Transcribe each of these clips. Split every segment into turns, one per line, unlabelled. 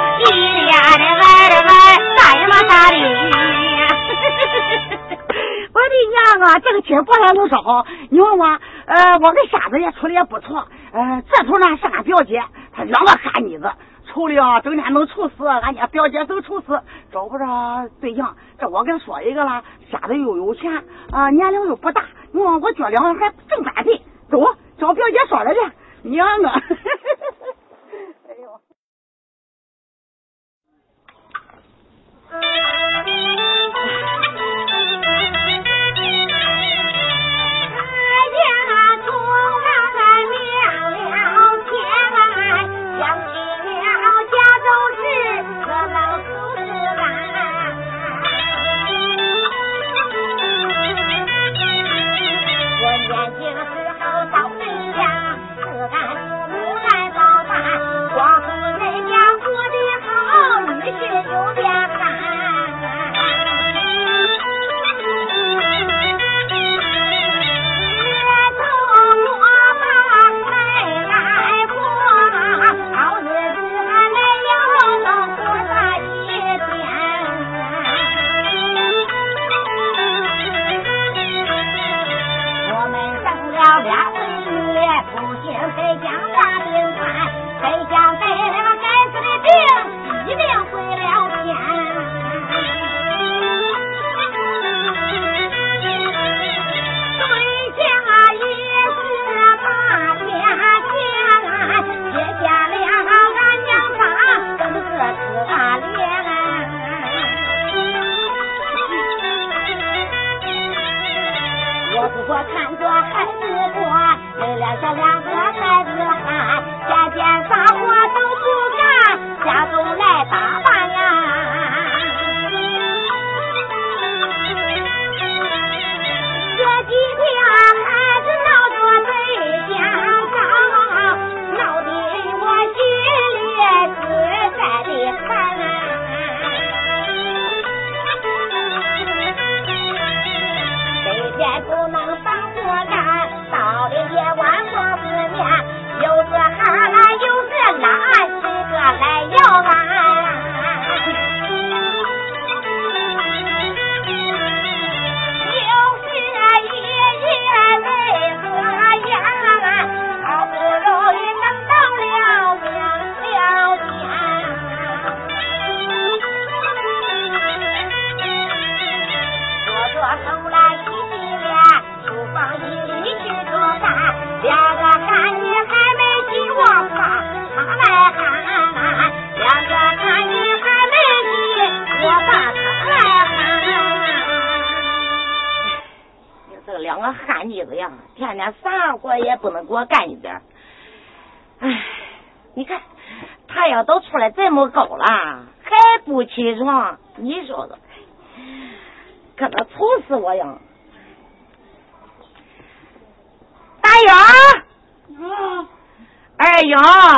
啊，这个情报上都少。你问我，呃，我跟傻子也处的也不错。呃，这头呢是俺表姐，她两个哈妮子，愁的啊，整天能愁死。俺家表姐都愁死，找不着对象。这我跟说一个了，傻子又有钱啊、年龄又不大，你问我觉两个还正般配。走，找表姐说来去，娘啊！ 哎呦。
啊啊起床，你说说，搁那愁死我呀！大英，嗯，二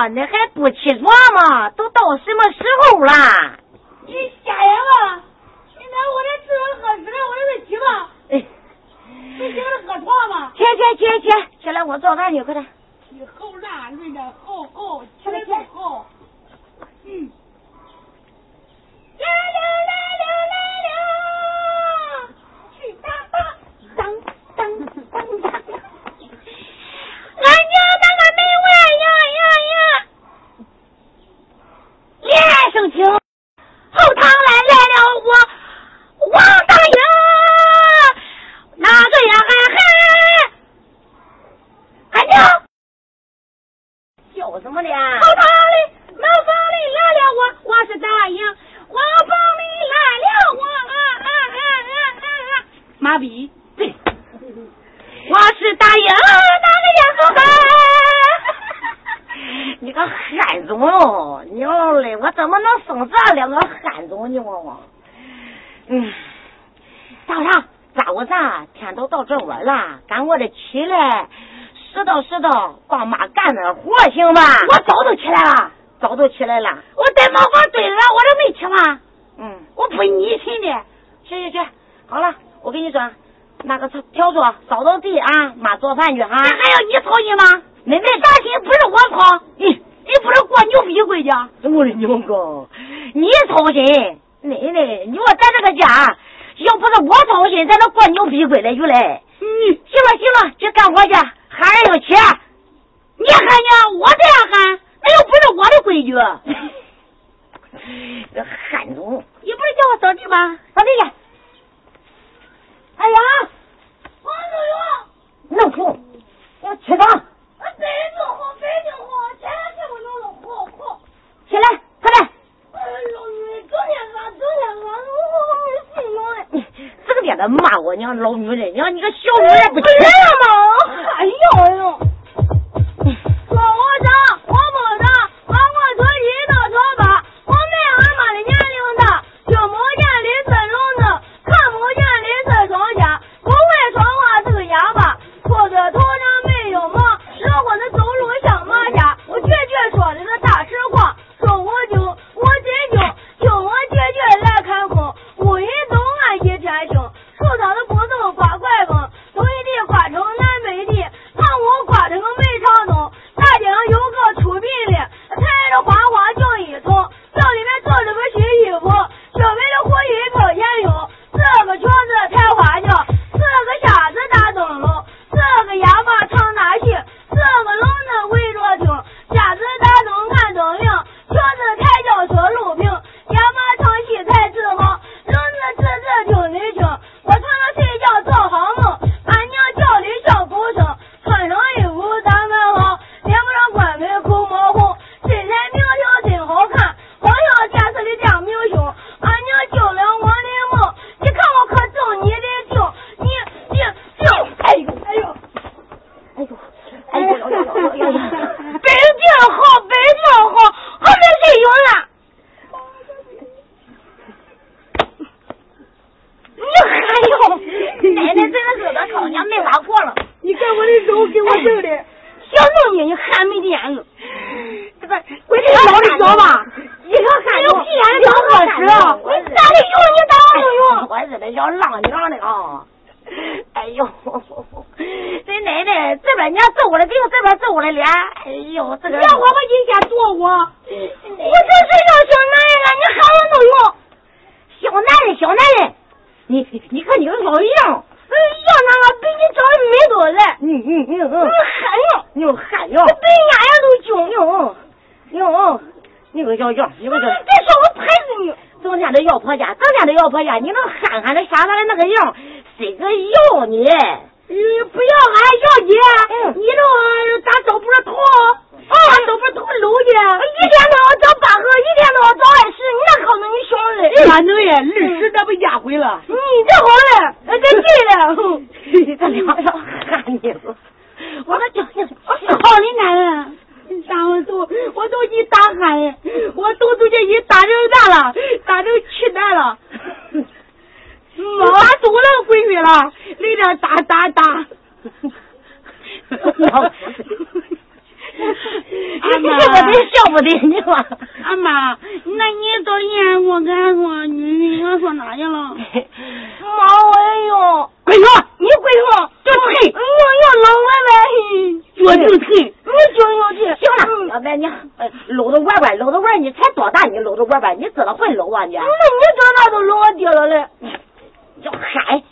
英，你还不起床吗？都到什么时候了？
你瞎眼了！现在我这正喝水呢，我这是急吧？哎，你今儿喝床吧？
起起起起起来，我做饭去，快点！
你吼啥人呢？吼吼，起来就吼，嗯。
嗯行吧，
我早都起来了，
早都起来了。
我在茅房堆着，我这没起吗？
嗯，
我不你亲的。
去去去，好了，我跟你说，那个笤帚扫扫地啊，妈做饭去啊。那
还要你操心吗？
妹妹担心不是我操，
你你不是过牛逼规矩？
我的娘个，你操心，奶奶，你说咱这个家，
要不是我操心，咱能过牛逼归来鱼嘞。
你
行了行了，去干活去，喊人要起。
你喊呀，我这样喊，那又不是我的规矩。
这汉奴，
你不是叫我扫地吗？
上地去
哎呀，黄子勇，
弄哭，要起床，
我真是好，真是好，天天这么弄弄好好。
起来，快点。
哎呦，你昨天俺，昨天俺，我心疼嘞。
你这个点子骂我娘老女人，娘你个小女
哎
人不
不
起
是嘛，哎呦哎呦。说我长，我不长，我我从一到头发，我没俺妈的年龄大，听不见的是聋子，看不见的是双瞎，不会说话是个哑巴，秃子头上没有毛，热乎的走路像马家。我姐姐说的是大实话，说我就我姐就听我姐姐来看空，屋一走俺一天听，树上的不种刮快风，东一地刮成南北地，胖我刮成个梅长东。大顶有个粗鼻的，抬着花花净一丛，手里面做着个新衣服，小围的胡须套眼用，这个瘸子抬花轿，这个瞎子打灯笼，这个哑巴唱大戏，这个聋子围着听，瞎子打灯看灯铃，瘸子抬轿学路平，哑巴唱戏才自豪，聋子字字听得清。我常常睡觉做好梦，俺娘叫里叫不声，穿上衣服打扮好。脸不上关眉口抹红，身材苗条真好看，光像架势的大明星。俺娘救了我的梦，你看我可中你的情，你你你，哎呦哎呦，
哎呦呦呦呦呦呦！
本劲好，本劲好，还没睡醒呢。
哎呦，奶奶真是惹的吵，娘没法过了。
你看我的手给我挣的，
小弄你，你还没点子。这个，我
这个老的小吧，
一个汗
牛
牛
屁眼长
我
耳屎啊
我
你咋的用你咋的用
我是那小浪娘的啊！ 哎呦，这奶奶这边娘揍我的，给我这边揍我的脸，哎呦，这个嗯
让我把你先剁我，我
我
这是要小男人
啊
了，你喊我都用。
小男人，小男人，你你看你个老样，哎
嗯，要那个比你长得美多了，
嗯嗯嗯
嗯，
嗯，
喊哟，
哟汗哟
我比伢人都精哟。
哟，你个小样，你个小样。
别说我拍死你！
整天的要婆家，整天的要婆家，你能憨憨的傻傻的那个样儿，谁个要你？
你不要俺要你，
嗯哦
你这打找不着头，打找不着头搂的，
哎
一天到晚找八个，一天到晚找二十，你那搞得你凶嘞！
俺能呀，二
嗯
十那不压回了。
你这好嘞，俺这对 了。
他俩要喊你了，我都叫你，
操你奶奶！打我都我都一打喊，我都都这一打成那了，打成气蛋了，妈打走了闺女了，那点打打打。
这这我真笑不得你了。
俺妈，那你昨天我跟俺说女女，我说哪去 了？妈，哎呦，
滚床，
你跪下，
就退
我要老外呗，
我就退。
我就要去。嗯
行了，老板娘，呃搂着玩玩，搂着玩，你才多大？你搂着玩玩，你知道会搂啊你
那？你长大都老爹了嘞。
要嗨，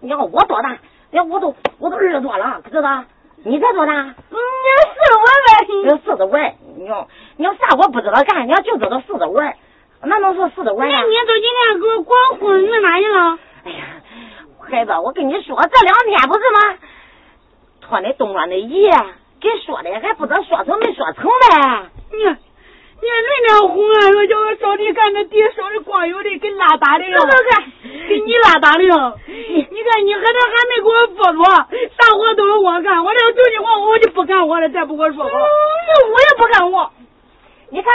你要我多大？要我都我都二十多了，知道？你才多大？
嗯，那是我
那
呗。
柿子味儿，你要你要啥我不知道干，你要就知道柿子味儿，那能是柿子味儿啊
那？你都今天给我光混那哪去了？
哎呀，孩子，我跟你说，这两天不是吗？穿的东穿的衣，给说的还不知道说成没说成呗。
你你那脸红啊！我叫我扫地干的地，扫的光有的，给拉打的呀
这都看，
给你拉打的呀！你看你和他还没给我剥夺，啥活都是我干，我这要就你我我就不干活了，再不给我说
嗯，
话。
那我也不干活。
你看，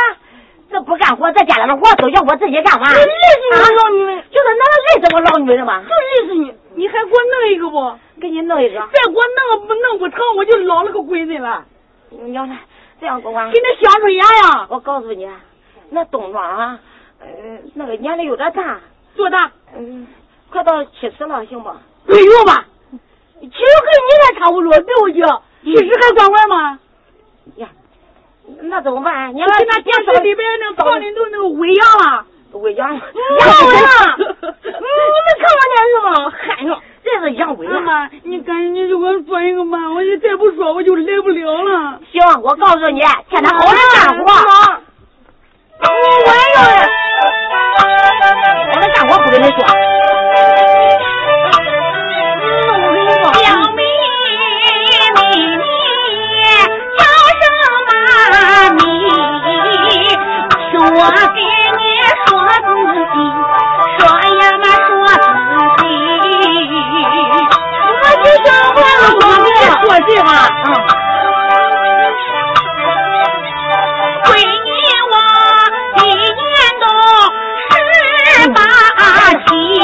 这不干活，这家里的活都要我自己干完。
累死你了，
啊
老女人，
就是那个累死我老女人嘛
就，累死你！
你还给我弄一个
啊
不？
给你弄一个，
再给我弄不弄不成，我就捞了个闺女了，
你要是这样公
啊
安
给，那想出牙呀！
我告诉你，啊那冬装啊，呃，那个年龄有点大，
多大？
嗯，快到七十了，行不？
没用吧？
其实跟你那差不多，对不对？
其实还管玩吗？
呀，那怎么办？你
我
要
跟那电视里边那放的都那个伪样了，
哦我养
养我
啊
呀！你
嗯
们看我点是吗？
嗨哟，这是养鬼
妈
了。
妈，你赶紧给我说一个嘛！我就再不说我就来不了了。
行，我告诉你，天天好好干活。
哎我也有人。
好好干活不跟你说。
那哎我跟你说，
小
咪咪咪，叫声妈咪，是我给你说自己，说呀嘛说自己。
嗯哎
我就想问了妈咪，
说这话，嗯，
闺女我今年都十八七，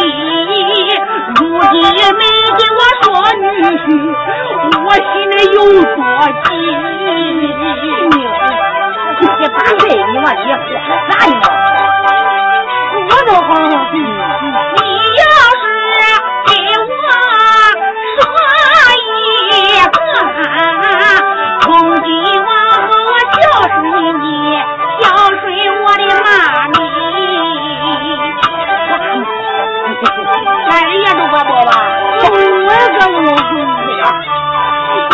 如今没给我说女婿，
嗯
我心里有多急。
七八岁，你往你喝啥呀？
我都好好听。你要是给我说一个，从今往后我孝顺你，孝顺我的妈咪。
俺人家都管我吧？
我也跟我说你呀，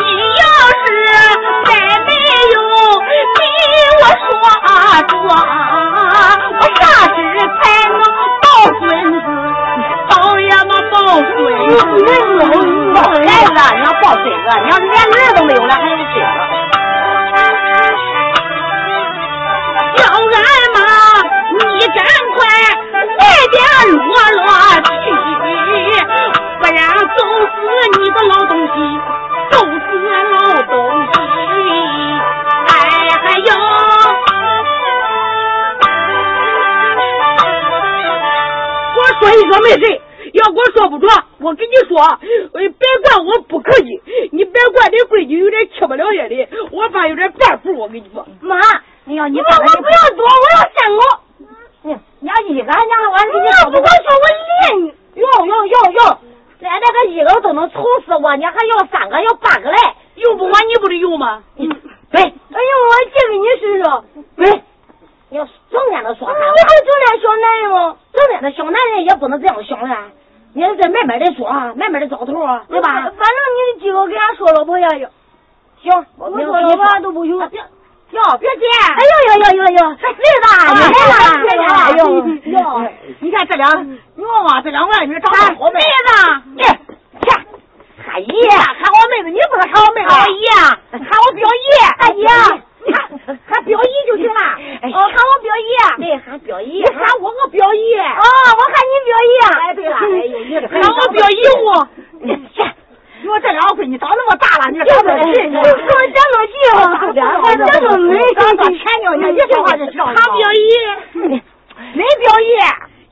你要是再没有给我说做，我啥时才能抱孙子？抱呀嘛抱
哎
孙子！
抱孩子，你要抱孙子，你要是连儿都没有了，还有孙子？
叫俺妈，你赶快来点落落去，不然揍死你个老东西，揍死老东西！哎，还有，
我说一个没谁，要我说不着，我跟你说，哎，别管我不客气，你别管你闺女有点吃不了噎的，我爸有点半步，我跟你说。
妈，你要你
你
把
们
那
我不要多，我要三个。
你你要一个，俺家我给你
我
说
不
不
会
着。
说，我练你。
用用用用，俺那个一个都能愁死我，你还要三个要八个来？
用不完你不得用吗？
对，
哎呀，我借给你试试。
你要整天都说
我
啥？
还有中点小男人吗？
整天的小男人也不能这样想了，你要再慢慢的说啊，慢慢的找头啊，对吧
嗯
反？正你几个给俺说了，不下去。
行，我
我
明
说
天
了
说
吧都不
啊
用。哎
哟，别介，
哎
呦呦呦呦呦，
哎
妹子，
哎
哎
呦哎
呦，
哟，
你看这两，你问问这两外女长得好呗？
妹
这看，喊爷，
喊我妹子，你不是喊我妹子，
喊爷，喊我表爷，
喊爷
喊喊表姨就行
子，
了。啊
哦，喊我表姨。
哎对，喊表姨
你，喊我个表姨，
哦，我喊你表姨。
哎，对了，哎呦，你这
喊我表姨我。
去。
你说这两闺女长那么大了，你
就
长
是
得
这
俊
个
呢？
我
两
讲
个
我这
都
种
没
没
长得前扭呢，一句话就笑。
他表姨，
没表姨。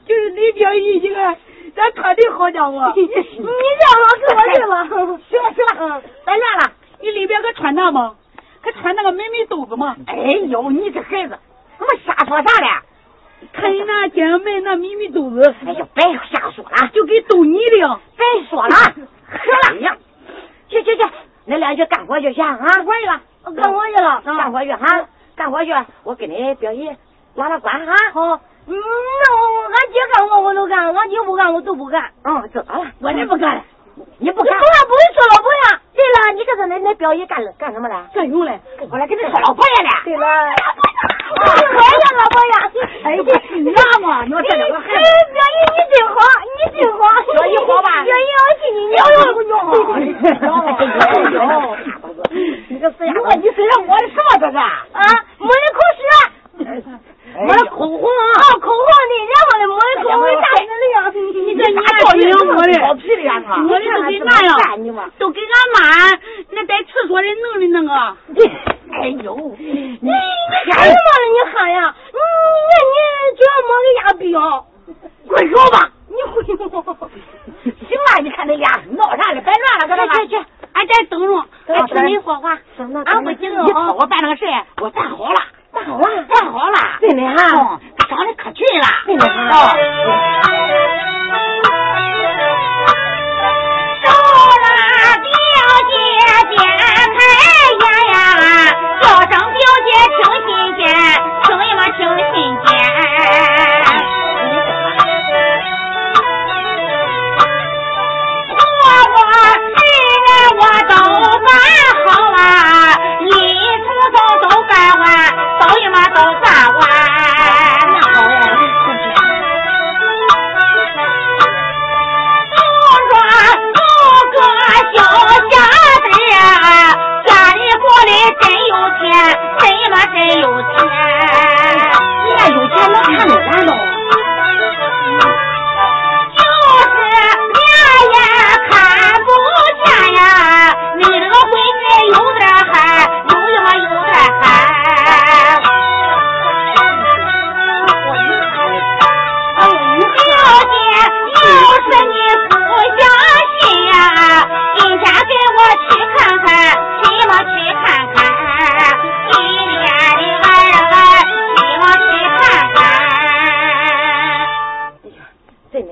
就是你表姨，你看咱穿的好家 伙，
你 让我给我去了。
行了行了，咱乱了。
你里边可穿那吗？可穿那个美美兜子吗？
嗯
哎呦，你这孩子，
我们瞎说啥嘞？
看你那姐妹那迷迷兜子，
哎呀，别瞎说了，
就给兜你的。
别说了，喝了。去去去，恁俩去干活去先啊！干活去了，
我干活去了。
干活去哈，干活去。我给你表姨拉拉管哈。
好，嗯，那我俺姐干活我都干，俺姐不干我都不干。
嗯，知道了。
我这不干了，
你不
你
干
不。干不会说老婆呀？
对了，你这是恁恁表姨干了干什么了？
干用嘞。
我来给你说老婆爷了。
对了，我呀，老婆呀！
哎呀，那么你说这两个孩
哎，
子，
表姨你真好，你真好，
表姨好吧
表姨我亲你，你好，
哎呦，你个死丫头！
你身上抹的什么这是？
啊，
哎
抹的口水，
我的口红啊
啊，！口红的，然后呢，抹的口红啥那样？你
这你还叫人我嘞？
狗屁的样子！
我的都给那样，
你嘛？
都给俺妈那在厕所里弄啊的那个。
哎呦，
你你喊什么了？你喊呀？你你就要抹个牙标，
滚手吧！
你会吗？
行啊了，你看那俩闹啥了？别乱了，干嘛？
去去，俺在等着，俺听你说话。
行了，
俺不急着
你瞅
啊。
我办那个事，我办好了，
办好了，哦
办好了。
对的
嗯，
哈，
他长得可俊了。
对的
啊
哈。
哦
手拉表姐点开呀呀，叫声表姐听新鲜，听呀嘛听新鲜。
哎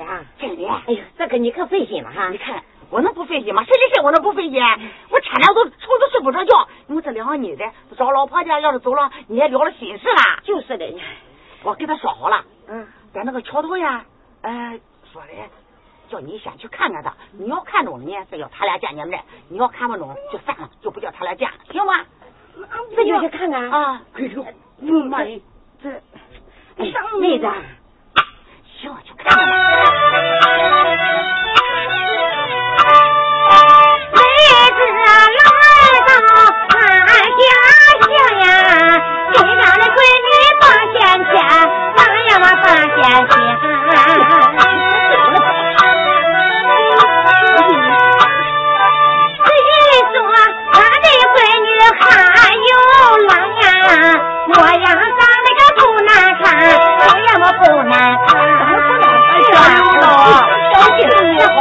啊哎
咱要是走了，你也了了心事了。
就是的，
我给他说好了，
嗯，
在那个桥头呀，呃，说的，叫你先去看看他。你要看中了呢，再叫他俩见见面；你要看不中，就散了，就不叫他俩见了，行吗？
这就去看看。
啊，
哎呦，嗯妈呀！
这，哎，妹子，
啊行，去看看吧。
妹子来到俺家乡呀，给俺的闺女放钱钱，放呀我放钱钱。虽说俺的闺女还有郎呀，模样长得个不难看，模样我不难看。
哎呀，我老小姐伺候，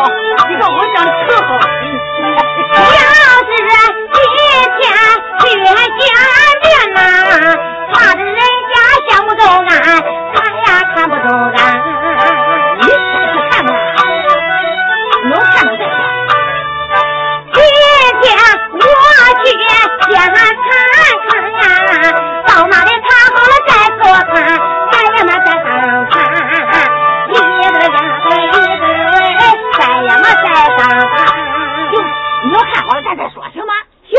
你看我想伺候。
要是今天去见面呐，怕的人家想不中俺，看呀看不中俺。
你先去看看，你要看中再说。
今天我去见看看呀，到那里看好了再给我看，看呀嘛再上看，一个呀个一个哎，再呀嘛再上
啊
看。
行，你要看好了咱再说，行吗？
行，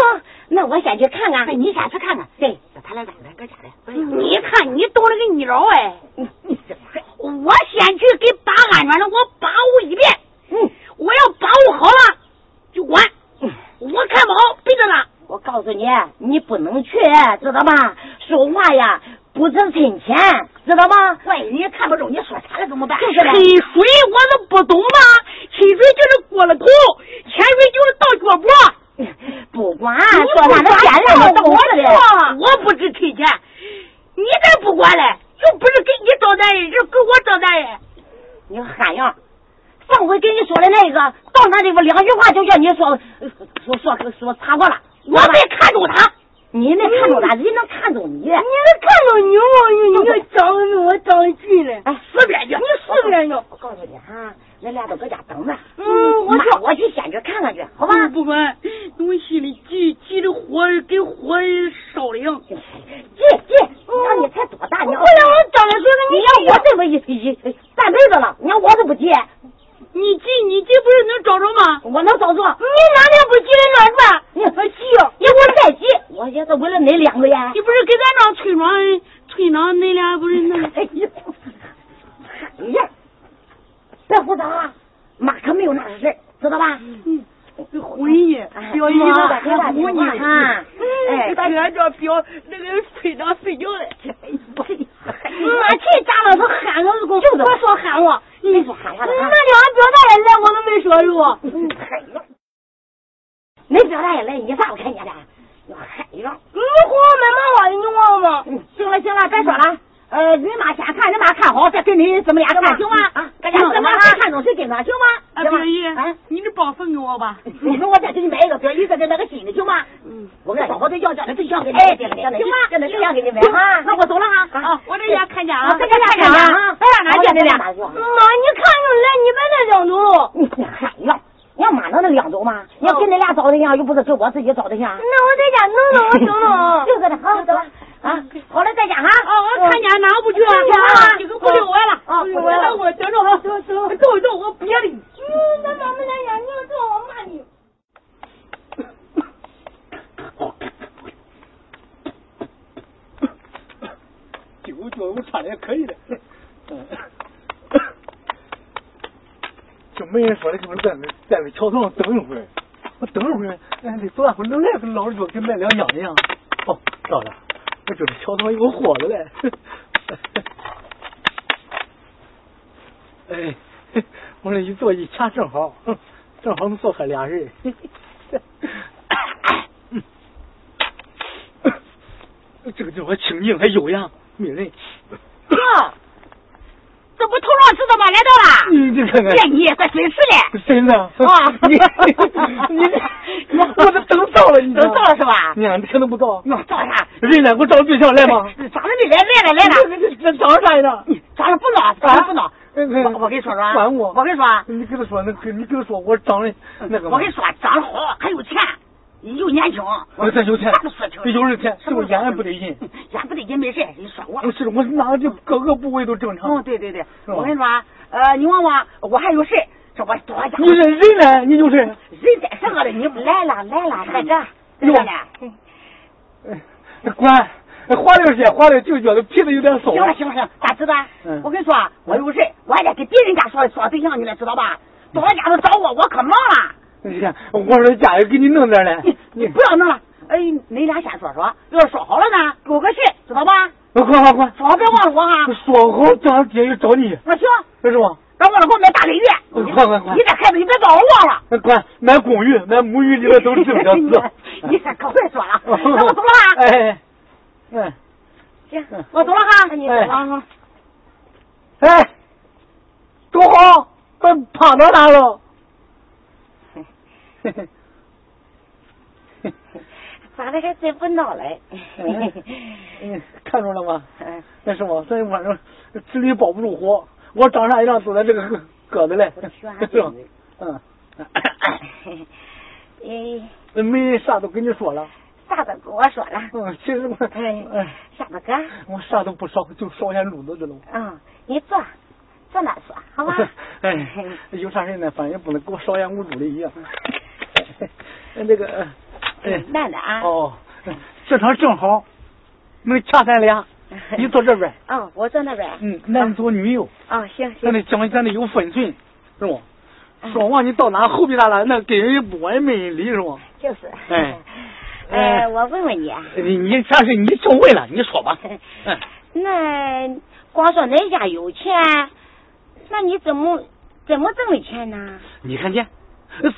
那我先去看看
对，。你先去看看。
对，
叫他俩咱咱搁家里。
哎你看你兜了个泥绕哎！
嗯你你这还
我先去给把安全的我把握一遍，
嗯，
我要把握好了就管，
嗯
我看不好别着拉。
我告诉你，你不能去，知道吗？说话呀，不知亲切，知道吗？
万一人家看不中，你说啥了怎么办？
就是
黑水我能不懂吗？汽水就是过了头，潜水就是到脚脖。
不管
啊
你
说啥那
管
现在
我
都是的。
错我不知亲切，你才不管嘞，又不是给你找男人，是给我找男人。
你个憨样儿！上回跟你说的那个，到那地方两句话就叫你说呃说说说说查过了，
我没看中他，
你能看中他，人能看中你。
你能看到牛吗？你你长得我长得俊嘞。
哎，
随便去。
你是不是牛？
我告诉你哈，咱俩都搁家等着。
嗯，我
妈，我去先去看看去，好吧？
嗯
嗯
不管，我心里急急的火跟火烧的样。
进进，哎你看你才多大，你要
回来我长得说
你
跟
要我这么一一一半辈子了，你要我都不急，
你急你急不是能找着吗？
我能找
嗯
着。
你哪天不急了咋办？
你急，你我再急，我也是为了你两个呀。
你不是给咱俩村长村长那俩不是那？
哎呦，哎呀，别胡说啊！妈可没有那事儿，知道吧？
嗯，婚姻
哎
表姨妈
妈别打
还哄
电
你
话啊！
嗯
哎，
大家这表那个村长睡觉了。
我去家了都喊我公，
嗯就是
我说喊我。
你说喊啥
那
了啊？
两个表大爷来我都没说住。
嗨呀，恁表大爷来，你咋不看见的？哟，嗨呀！
你哄我买麻花的，你忘了吗？
行了行了，别说了。呃，你妈先看，你妈看好，再跟你怎么样看，行吗？啊，咱俩怎么谁看中谁跟着，行吗？
啊，表姨
啊，，
你这包分给我吧。
你说我再给你买一个表姨，再给你买个新的，行吗？
嗯，
我给你找好对象，叫你对象给你买，行吗？叫你对象给你买啊。
那我走了啊。
啊，我这也看见了，
再见再见啊！
哎呀，哪见的俩？
嗯
妈，嗯啊你看上来你别再两走了。
你嗨呀，你要妈能那两走吗？你要跟你俩找对象，又不是给我自己找对象。
那我在家弄弄，啊我行 了。
就是的，好，走了啊！嗯好了，再见哈。
啊，我看见哪不去啊？你个不遛我了，
哦
那我等着啊，走一走，我别了你。
嗯，咱咱们在家，你要叫我骂你。
酒觉我差点可以了。嗯，就没人说的，就是在那在那桥头上等一会儿，我等一会儿，哎，得多大会儿能来个老人家跟卖两样一样。哦，到了，我觉得桥头有货了嘞。 哎， 往那一坐一掐正好，哼正好能坐开俩人。 嘿嘿嗯这个地方清静还悠扬，没人。
哟，这不头上知道吗？来到
嗯
了，
你这看看，
见你怪损失嘞。
真的啊 你 你你，我都等到了，你知
都
道吗
到了是吧？
你看你可能不到，
那到啥？
人家给我找对象来吗？
长得没来 来了 来了，
这这长啥 样呢？
长得不孬，
啊
长得不孬。
嗯
我我跟你说说啊，
嗯管我嗯
我跟你说啊，嗯
你跟他说，那跟你跟他说，我长得那个嘛，
啊
我跟你说，长得好，还有钱，
又年轻，
我这有钱
啥都说清楚，
这有点钱
什么
是不是眼还不得劲
嗯 眼不得劲没事，你说我。
不
嗯
是，我哪就各个部位都正常。
哦
嗯，对对对，
是吧
我跟你说啊，呃，你问我，我还有事，这我多讲
你。这人呢？你就是，
人在上了，你不来了来了，还这
哟
这呢？
哎管哎花溜些，花溜就觉得皮子有点
行
松。
了行了行了，大侄子啊
嗯，
我跟你说啊，我有事，我还得给别人家说说对象去了，知道吧？
嗯
到人家都找我，我可忙了。
嗯你看，我说家里给你弄点来
你，你不要弄了，哎，你俩先说说，要是说好了呢，给我个事，知道吧？
快快快，
说好别忘了我啊！
说好张姐又找你，
我行，
是吧？
咱忘了给我买大鲤鱼。你
快快快
你这孩子你别把我忘了。。
那管买公鱼，买母鱼里边都是这个字
你这可会说了，那我走了啊。
哎，哎，
行，我走了哈。你
走啊哎，周红，快跑到哪了？ 嘿嘿嘿嘿
咋的还真不闹嘞？
嗯，看着了吗？
嗯
那什么，这晚上吃里保不住火，我长啥样都在这个 疙疙瘩嘞
我的天啊，
是吧？嗯，
哎，
没啥都跟你说了，
啥都跟我说了。
嗯，其实我，
嗯
哎
哎，，
啥都哥，
我啥都不少，就少些路子知道吗？
嗯，你坐，坐那说，好吧？
哎，有啥事呢？反正也不能给我少言无主的 一样。哎那个，哎，
慢点啊。
哦，这场正好能掐咱 俩，你坐这边，
哦，我坐那边。
嗯，男左女右，
哦，行
咱
行。
得讲咱得有分寸，是吧？
嗯
说话你到哪后边哪哪，那给人也不完没人理是吧？
就是。
哎。哎
呃，我问问你啊，
你你啥事你就问了，你说吧。嗯，
那光说恁家有钱，那你怎么怎么挣的钱呢？
你看见，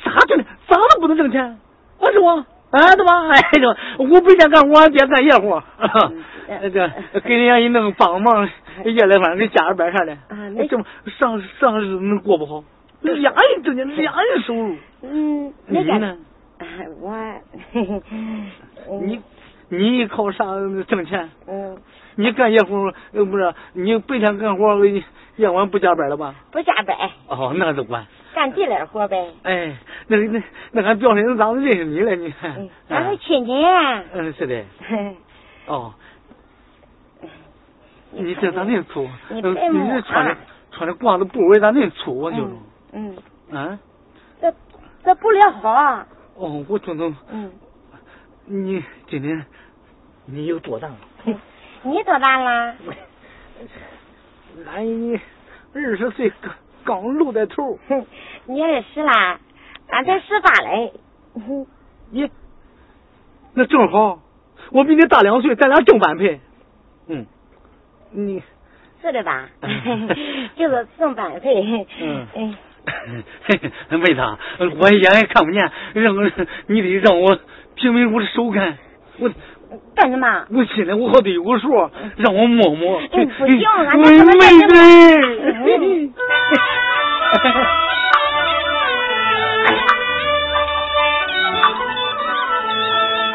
咋挣的？咋了不能挣钱？我是我，啊，对吧？哎，这我白天干活，俺爹干夜活，
嗯
那个给人家一弄帮忙，夜里反正给加个班啥的，
啊嗯
这么上上日子能过不好？俩人挣的，俩人收入，
嗯，
你
那家啊
呢？
我，嗯
你你靠啥挣钱？
嗯
你干夜活呃不是？你白天干活，呃夜晚不加班了吧？
不加班，
哦，那都管。
干地里活呗。
哎，那那那俺表婶子咋认识你了？你看
嗯，，咱是亲戚 啊。
嗯，是的，哦，你这咋恁粗？嗯
你
你
别摸
这穿的
啊
穿的光的部位咋恁粗？我听着，
嗯，
啊，
这这不聊好。
哦，我听听，
嗯，
你今年你有多大 了？
你多大了？
俺二十岁刚刚露在头，
哼你二十啦，俺才十八嘞。
嗯
哼
你那正好，我比你大两岁，咱俩正般配。嗯，你。
是的吧？
嗯
就是正般配。
嗯
哎，
妹子啊，我眼也看不见，让我你得让我评评我的手感，我
干什么？
我心里我好得有个数，让我摸摸。
嗯不行俺
我
这怎么
妹
这
子。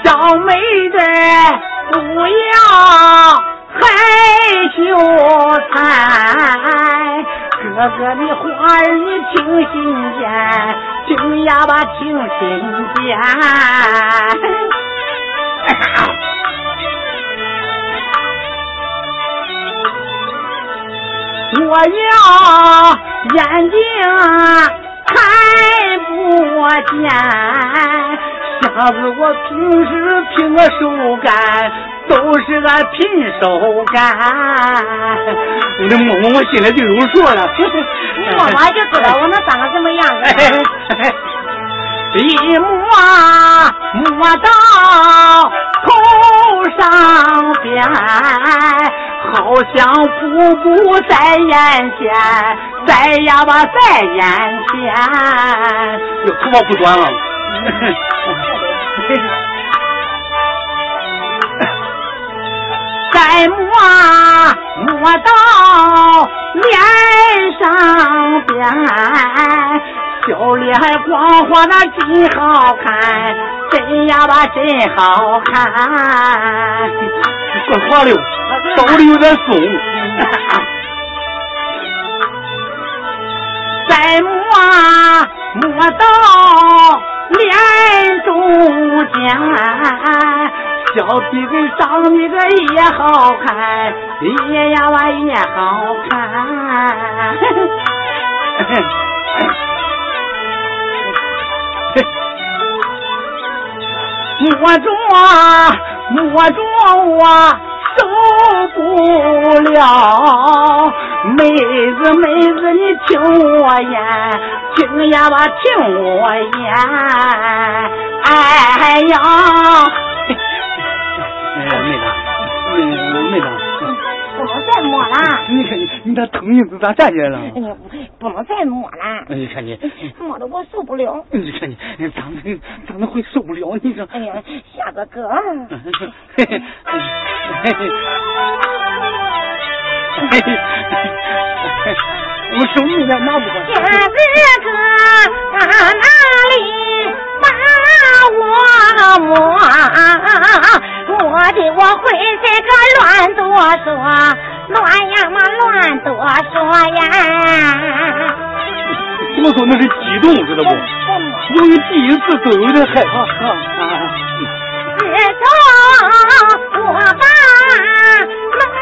小妹子不要害羞惭，哥哥的话儿你听心间，听呀吧听心间。我要眼睛看不见，瞎子我平时凭个手干，都是俺凭手干。
我这摸摸我心里就有数了。
你摸摸就知道我能长个什么样
哎
子了。
一摸摸到头上边，好像瀑布在眼前，在呀吧在眼 前。
哟，头发不短了。
再摸摸到脸上边，小脸光滑那真好看，真呀吧真好看。
怪滑溜， 手里有点松。
再摸摸到
连中间，小弟跟长你个也好看， 也呀我也好看。莫中啊，莫中啊，受不了！妹子，妹子，你听我言，听呀吧，听我言，哎呀！
哎，妹子， 嗯妹子，
不能再抹了，
你看你，你咋疼你咋站起来 了？
啊哎呀，不能再抹了，
哎你看你，
抹的我受不了。
你看你，咱们咱们会受不了你这。
哎 呀，下个歌，
嘿嘿嘿嘿嘿嘿嘿，我手里面拿不
下个歌啊，哪里把我抹？我的我会这个乱哆嗦，乱呀嘛乱哆嗦呀。
这么说那是激动，知道不？由于第一次都有点害怕。啊
自从我爸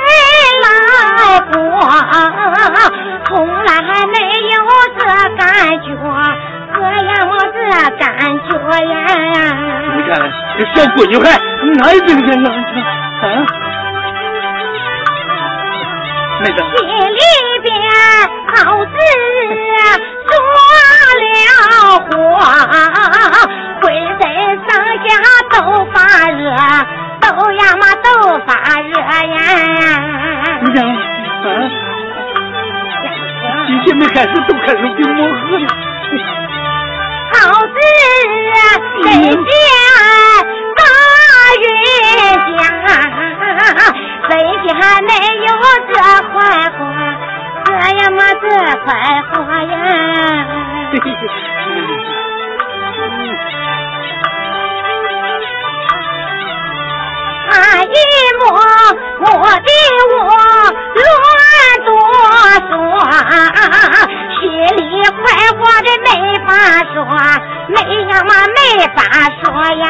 没来过，从来没有这感觉，这样么这感觉
你
呀。
看这小闺女还哪有这个人呢？啊，妹子，
心里边好似着了火，浑身上下都发热，都呀嘛都发热呀。
你看啊，今天没开始都开始给我喝了。
好似人间大云家，人家没有这款花，这呀么这款花呀。
嘿嘿嘿
啊一摸我的我乱哆嗦，心里快活的没法说，没呀嘛没法说呀。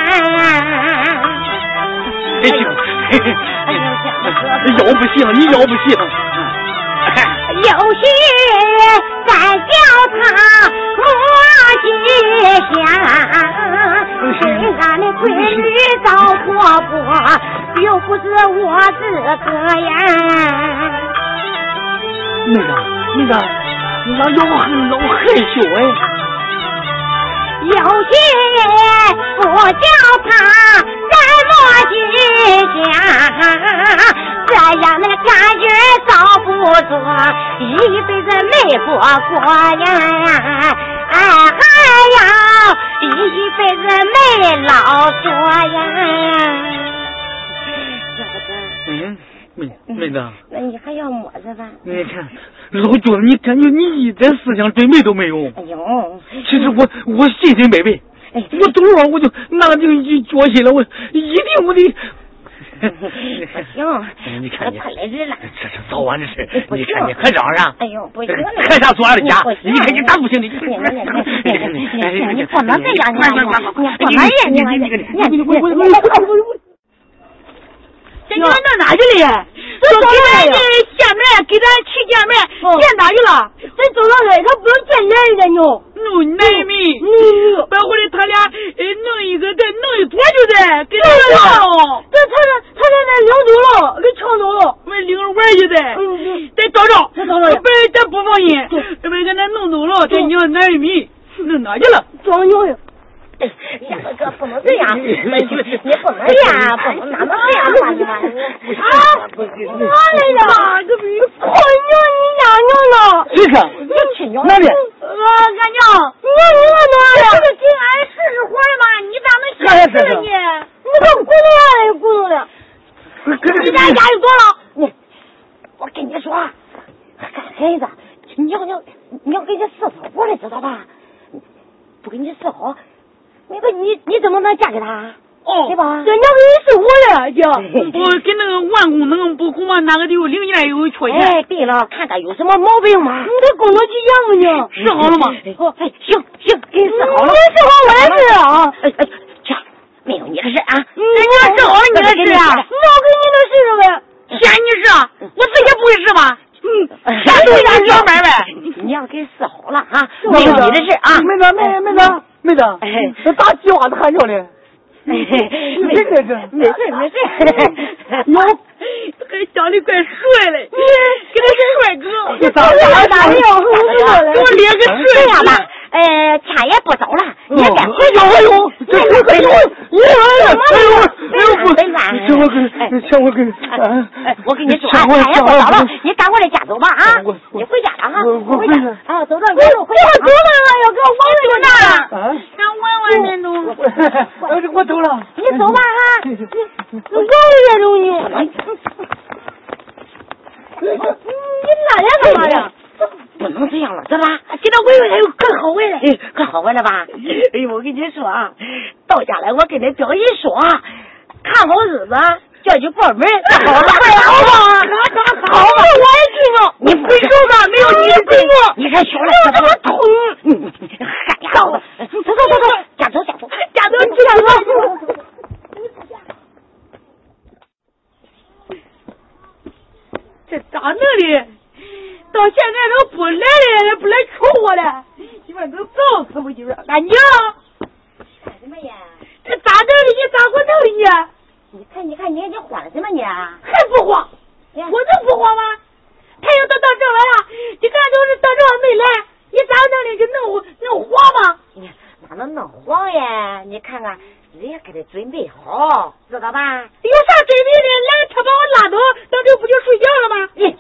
哎呦，嘿嘿
哎
嘿要不行，你要不行。啊
有事咱叫他莫吉祥，是俺的闺女找婆婆，又不是我自个呀。
那个，那个，你咋要很老害羞哎？
有事不叫他咱莫吉祥，这样的感觉遭不住，一辈子没过过呀，哎还要一辈子没老做呀。
嗯，妹妹子，
那你还要抹着吧？
你看，老觉得你感觉你一点思想准备都没有。
哎呦，
其实我我信心百倍，
哎
我走了我就拿定一决心了，我一定我得。
行
哎你看你，
快来 人了
这是早晚的事
哎。不
你
行
看你还嚷嚷，
哎呦不行了
看啥抓的家
不？行
你看你咋不行的？
哎呀哎呀哎呀哎呀你不能这样你
快快快快
你不能这样
你你你你你我我我我我我
这你们到哪去了？这走到这见面，给咱去见面，见哪去了？
这走到哪他不用见人家哟。
努奶妹，
嗯
白回来他俩呃弄一个再弄一坨就是，给这闹，
这他这他这那领走了，给抢走了。
我领着玩去的，
嗯，
再找找，
再找找
不然咱不放心，要不然给咱弄走了，这娘奶妹弄哪去了？
装牛去。
小哥哥不能这样，你不能这样，不能哪能这样吧你们？
啊！我的呀！
哎
我牛你家牛呢？
谁看？哪里？
我俺娘，你牛呢？呃这不是给俺试试活吗？你咋能
那是
呢？你这咕噜啥呀？咕噜的，
你
你家家里多少？
我跟你说，干孩子，你要要你要给人家伺候过来，知道吧？不给你伺候，那个你你怎么能嫁给他？
哦
对吧？
人家给你说了就，
我跟那个万功能不恐怕哪个地方零件有缺陷，
哎，对了，看看有什么毛病嗯吗
你？这工作几样呢？
治好了吗？
哦，哎，行行，给你治好了。
你治好我的事啊
哎哎，这样没有你的事啊，
人家治好了你的事啊
那我给哎你那试试呗。
嫌你是啊，我自己不会治
哎
吗？嗯，啥都家小买卖。
你要给治好了啊，没有你的事啊。
妹子，妹妹子，妹子，
哎
那大鸡娃子还叫嘞？
没
没事没事
没事没 事。
我
还长得怪帅嘞，
嗯
给他帅哥，
哎
这 咋哎咋咋
没有，哎
给我连个
这
睡
样吧，呃，天也不早了，你也该回去。
哎呦哎呦，这这这这，哎呦哎呦哎呦不，这我给，这我给，
哎，我跟你说啊，天也不早了，你赶快来家走吧啊！你回家了啊，回家啊，走到原路回家。啊
我问问要给我问问呢。
哎
啊，
让问问那都。
我哎我走了，哎
你走吧啊！
你干啥东西？你哪呀干嘛呀？
哎不能啊这样了，对吧？今天问问还有更好玩的，哎，更好玩了吧？哎呦，我跟你说啊，到家来我跟那表姨说啊，看好日子叫你关门，好吧？好吧？好吧？我也听了，你不说吧？没有你的规矩，你看小了，我他妈疼！嗨呀，走走走走走，家走家走家走家走。
这咋弄的？到现在都不来了，也不来瞅我了，媳妇儿都揍死我媳妇儿！俺娘，
干什么呀？哎
这咋弄的？你咋给我弄的你？
你看你看你你慌什么你？啊
还不慌？我能不慌吗？太阳都到这来了，你看都是到这儿没来，你咋弄的？给弄我弄慌吗？
你哎哪能弄慌呀？你看看，人家给他准备好，知道吧？
有啥准备的？来，他把我拉倒，到这不就睡觉了吗？
你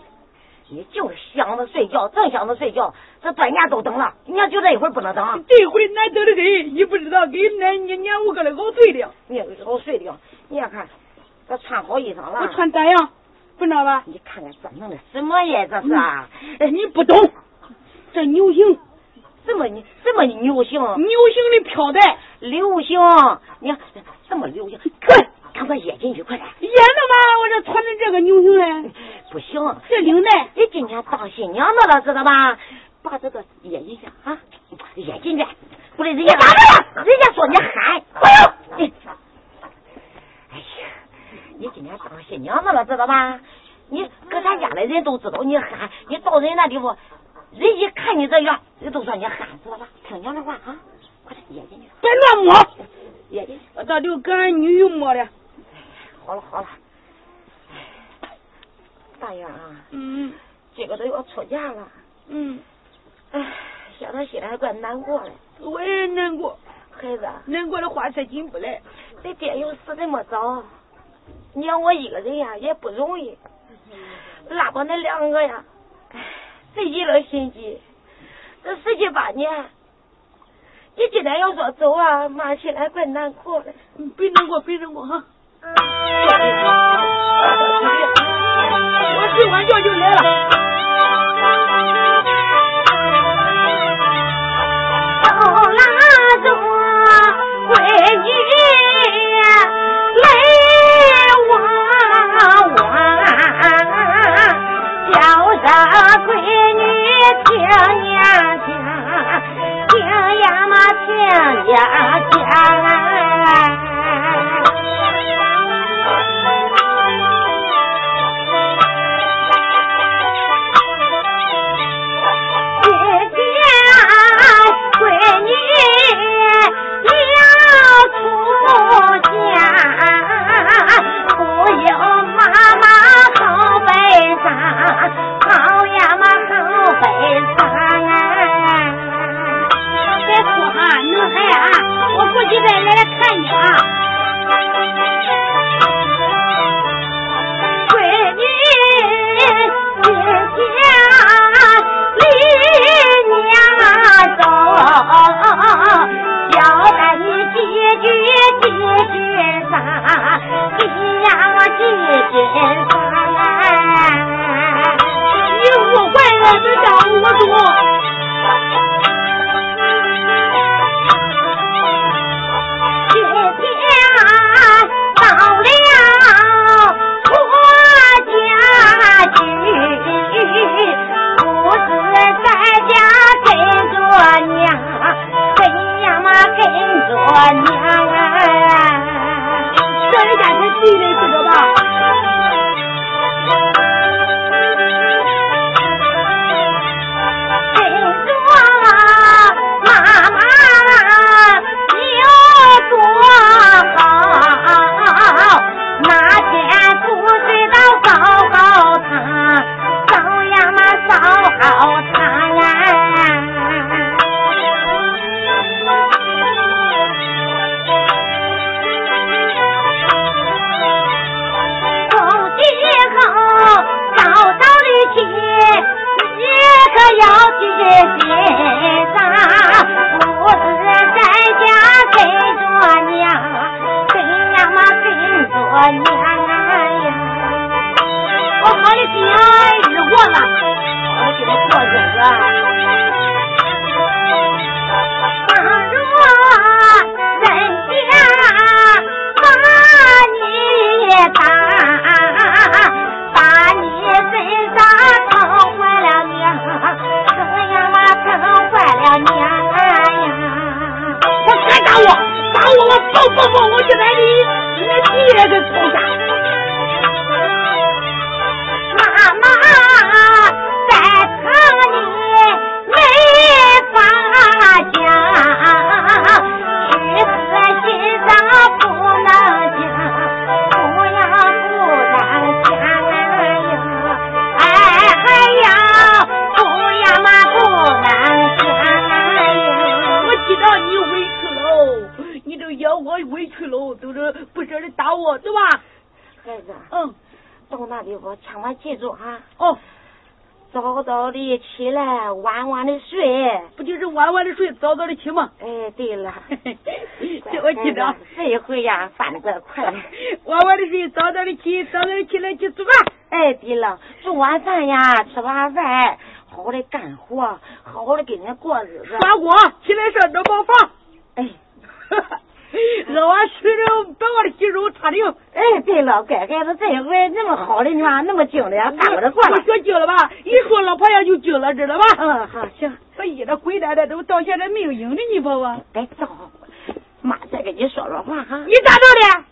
你就是想着睡觉，正想着睡觉，这专家都等了，人家就这一会儿不能等，
这回难得的很，你不知道，给俺你撵我搁那熬醉的，
你有时候睡的，你也看，这穿好衣裳了，
我穿咋样？不知道吧？
你看看这弄的什么呀？这是啊，
哎，你不懂，这牛行，
这么你这么流行，
牛行的飘带，
流行，你看这么流行，快赶快掖进去，快点！
也他妈我这穿的这个牛行嘞，
不行，
这领带
你今天当新娘子了，知道吧？把这个掖一下啊，掖进去，不然人家打你了，人家说你喊，哎呦，哎呀，你今天当新娘子了，知道吧？你搁咱家里人都知道你喊，你到人那地方，人一看你这样，人都说你喊，知道吧？听娘的话啊，快点掖进去，
别乱摸，
掖进去，
我到底跟俺女婿摸的。
好了好了，大样啊，
嗯
这个都要吵架了。
嗯，
唉，想到心里还怪难过嘞。
我也难过，
孩子，
难过的话才进不来。
这爹又死那么早，你让我一个人呀也不容易，拉把那两个呀，唉费尽了心机，这十七八年，你今天要说走啊，妈心里还怪难过嘞。
嗯别难过，别难过哈。
我睡完觉就来了。
手拉着闺女来往往，叫着闺女听呀听，听呀嘛听呀听。只见闺女要出嫁，不由妈妈好悲伤，好呀嘛好悲伤啊！
别哭啊，能孩啊，我过几天来来看你啊。
闺女今天离娘走，交代你几句几句啥，几呀嘛几句啥啊。
你误会了，这叫我多。
姐姐啊，
年呀，我活的心安日过了，我给他过日子。倘若人家把你打，把你身上疼坏了娘，疼呀嘛疼坏了娘哎呀！
我敢打我，打我，我抱抱抱，我就把你那地来给
哎
抽下。
妈妈在疼你没法讲，一颗心脏不能讲，不要不然讲呀，哎呀，不要嘛不然讲
我
呀。
知道你委屈喽，你都要我委屈喽，都是不舍得打我，对吧？
孩子，
嗯，
到那里我千万记住啊，
哦，
早早的起来，晚晚的睡。
不就是晚晚的睡，早早的起 吗？
哎，对 了。
这我知
哎
道。
这一回呀，翻的怪快的。
晚晚的睡，早早的起，早早的起来去吃饭。
哎，对了，做完饭呀，吃完饭，好好的干活，好好的给人过日子。
刷锅，起来上着包 房。
哎，
老完吃肉，白我的鸡肉叉的油。
哎，对了，乖孩子，这一回那么好的女娃，那么精的，
嗯
干活的过
我
来。
学精了吧？一说老婆呀就精了，知道吧？
嗯，好，行，
哎呀，这鬼蛋蛋怎么到现在没有影的你吧我？
别造。妈再跟你说说话哈。
你咋弄的？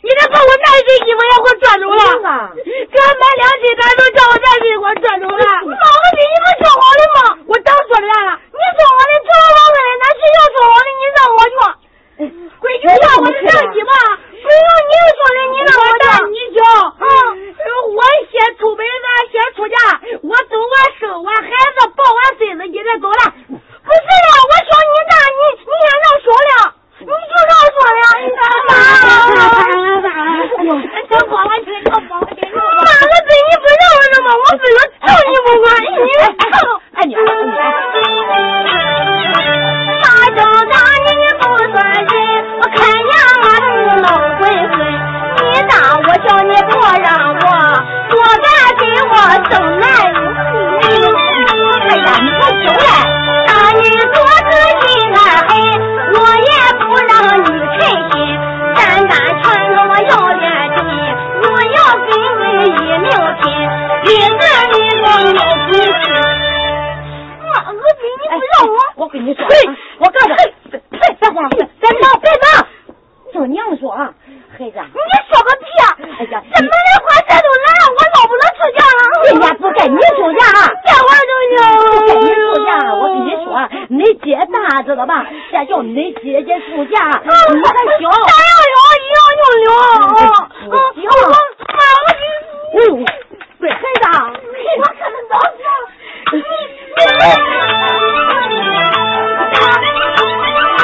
你这把我那身衣服也给我转走了，
嗯啊
给俺买两斤，咱都叫我那身给我转走了。哎
你
妈，我给你们说好的吗？我早说的了。你说好的，这我问的，那谁要说好的？你让我去。闺女哎呀，哎我是让你嘛，不用你说的，你让我带你教。啊，我先出门子，先出嫁，我走完生完孩子，抱完孙子，你再走了。不是呀，我说你大，你你也让说了。你就让说了，
哎呦，
这光我听，这光我听。妈，我对你不让了吗？我非要揍你不管，你操！
哎你
大正大你不算人，我看呀俺老鬼混，你打我叫你不让我，多敢给我整男人。哎呀，你快走来！大女多自己那狠，我也不让你称心，单单拳头我要练劲，我要给你一命拼，一个一个没脾气。妈，我给你不让我。
我跟你说啊
嘿，
我告诉你，别别慌，别别闹，别闹。听娘说啊，孩子啊，
你说个屁啊！
哎呀
这门来花钱都来了，我老不能出嫁了。
人家不该你出嫁啊
这玩意儿就
赶紧出嫁！我跟你说啊，你姐大知道吧？这叫你姐姐出嫁，你还 小。
咱要留，一要就留。
嗯
我
行
啊我妈，我给
哎呦，乖孩子
哎
啊，
我可能早死了。
哎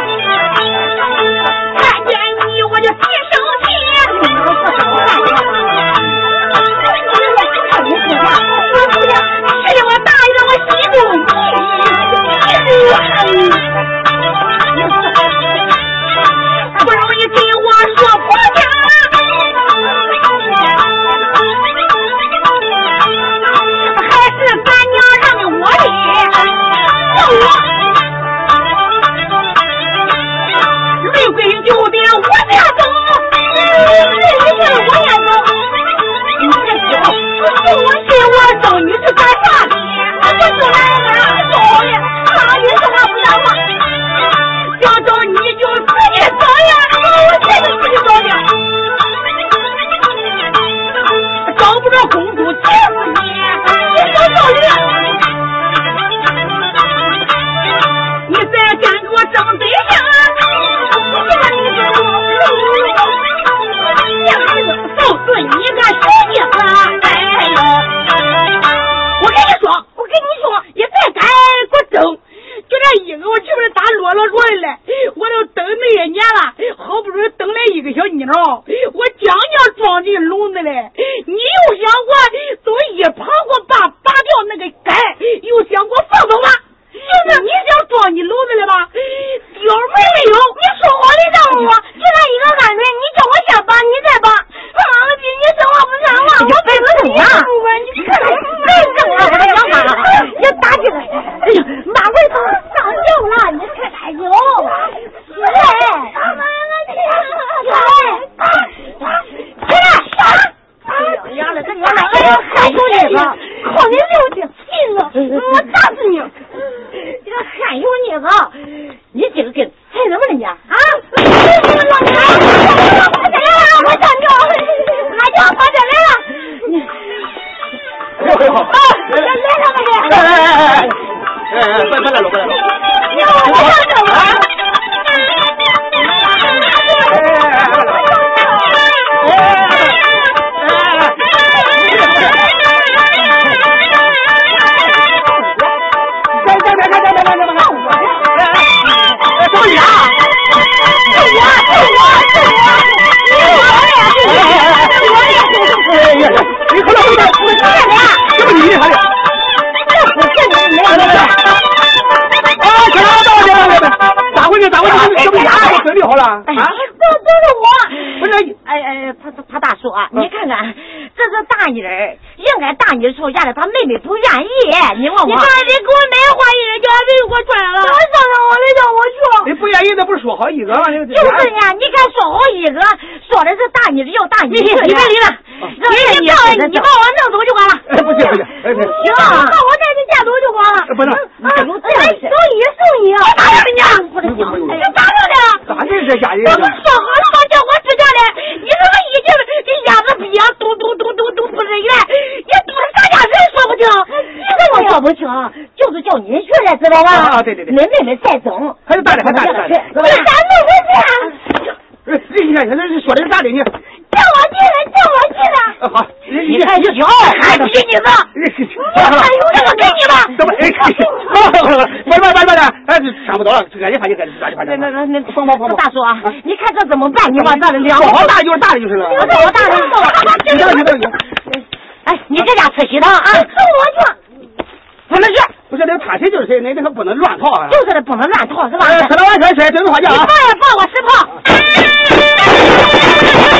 你哎你看见你我就心生 气。
你出嫁，
哎呀，我大爷，我心中急，不容易给我说婆家。还是咱娘让的我的，我累归就得我家走，累归我家走。你这酒，我给我走，你是干啥的？我就来俺走的，哪里是俺不让嘛？想走你就自己走呀，我自己自己走的。找不着公主气死你！你走走驴！你再敢给我整对象，我把你给我弄揍死你个小意思！哎呦，我跟你说，我跟你说，你再敢给我整！就这一个，我是不是打落落落的来？我都等那些年了，好不容易等来一个小妮儿，我将将装进笼子来。你又想我都一啊哎
害羞你了，靠你六斤近了，我打死你！这个害羞你了，你今个跟菜什么了你啊？啊！我叫你，我叫你，俺叫跑这来了。
哎呦哎呦！
啊，来来上吧
哎
来。
哎哎哎哎哎！快快来了，快来了！哎呀，你快来，快来，这不你厉害呀？来来来，啊，起来，到这来来来，咋回事？咋回事？这不牙都准备好了啊？
不是，哎哎，他他他大叔啊，你看看，这是大妮儿，应该大妮儿吵架了，她妹妹不愿意，你问我，
你看人给我买花衣裳，叫人给我穿了，我上上我得让我去。
你不愿意，那不是说好一个吗？就
就是呀，你看说好一个，说的是大妮儿要大妮，你你别理了，你你把我你把我弄走就完了，
哎，不行不行，哎，不
行，那我带你下楼就完了，
不能，你
哎，送一送一，我打扰你，我的娘，你打扰的，
咋认识家里
我说好了嘛，叫我吃下来，你怎么一劲儿跟鸭子比呀，嘟嘟嘟嘟嘟不认人，你嘟啥家人说不清，你怎么说不清？就是叫您去了，知道吧？
哎啊对对对
您妹妹再整，
还是大的，还大的，大
你
的。
咱们不见，
哎，你看，那是说的是大的，你
叫我进来，啊叫我进来。
好，啊呃你
看就行，还比你呢。
哎怎么？哎，拜拜拜拜了，哎，看不到了，赶紧赶紧赶紧赶紧赶紧！那那那，帮帮帮
大叔啊，你看这怎么办？你往这里
两
量
个，好大就是大的就是了。
我多大了？
你等你等你，
哎，你这家吃喜糖啊？我去，
不能是，不是那他谁就是谁，那那可不能乱套啊。
就是的，不能乱套是吧？
哎，可能完全是真话
你
讲啊
放。也放我十炮。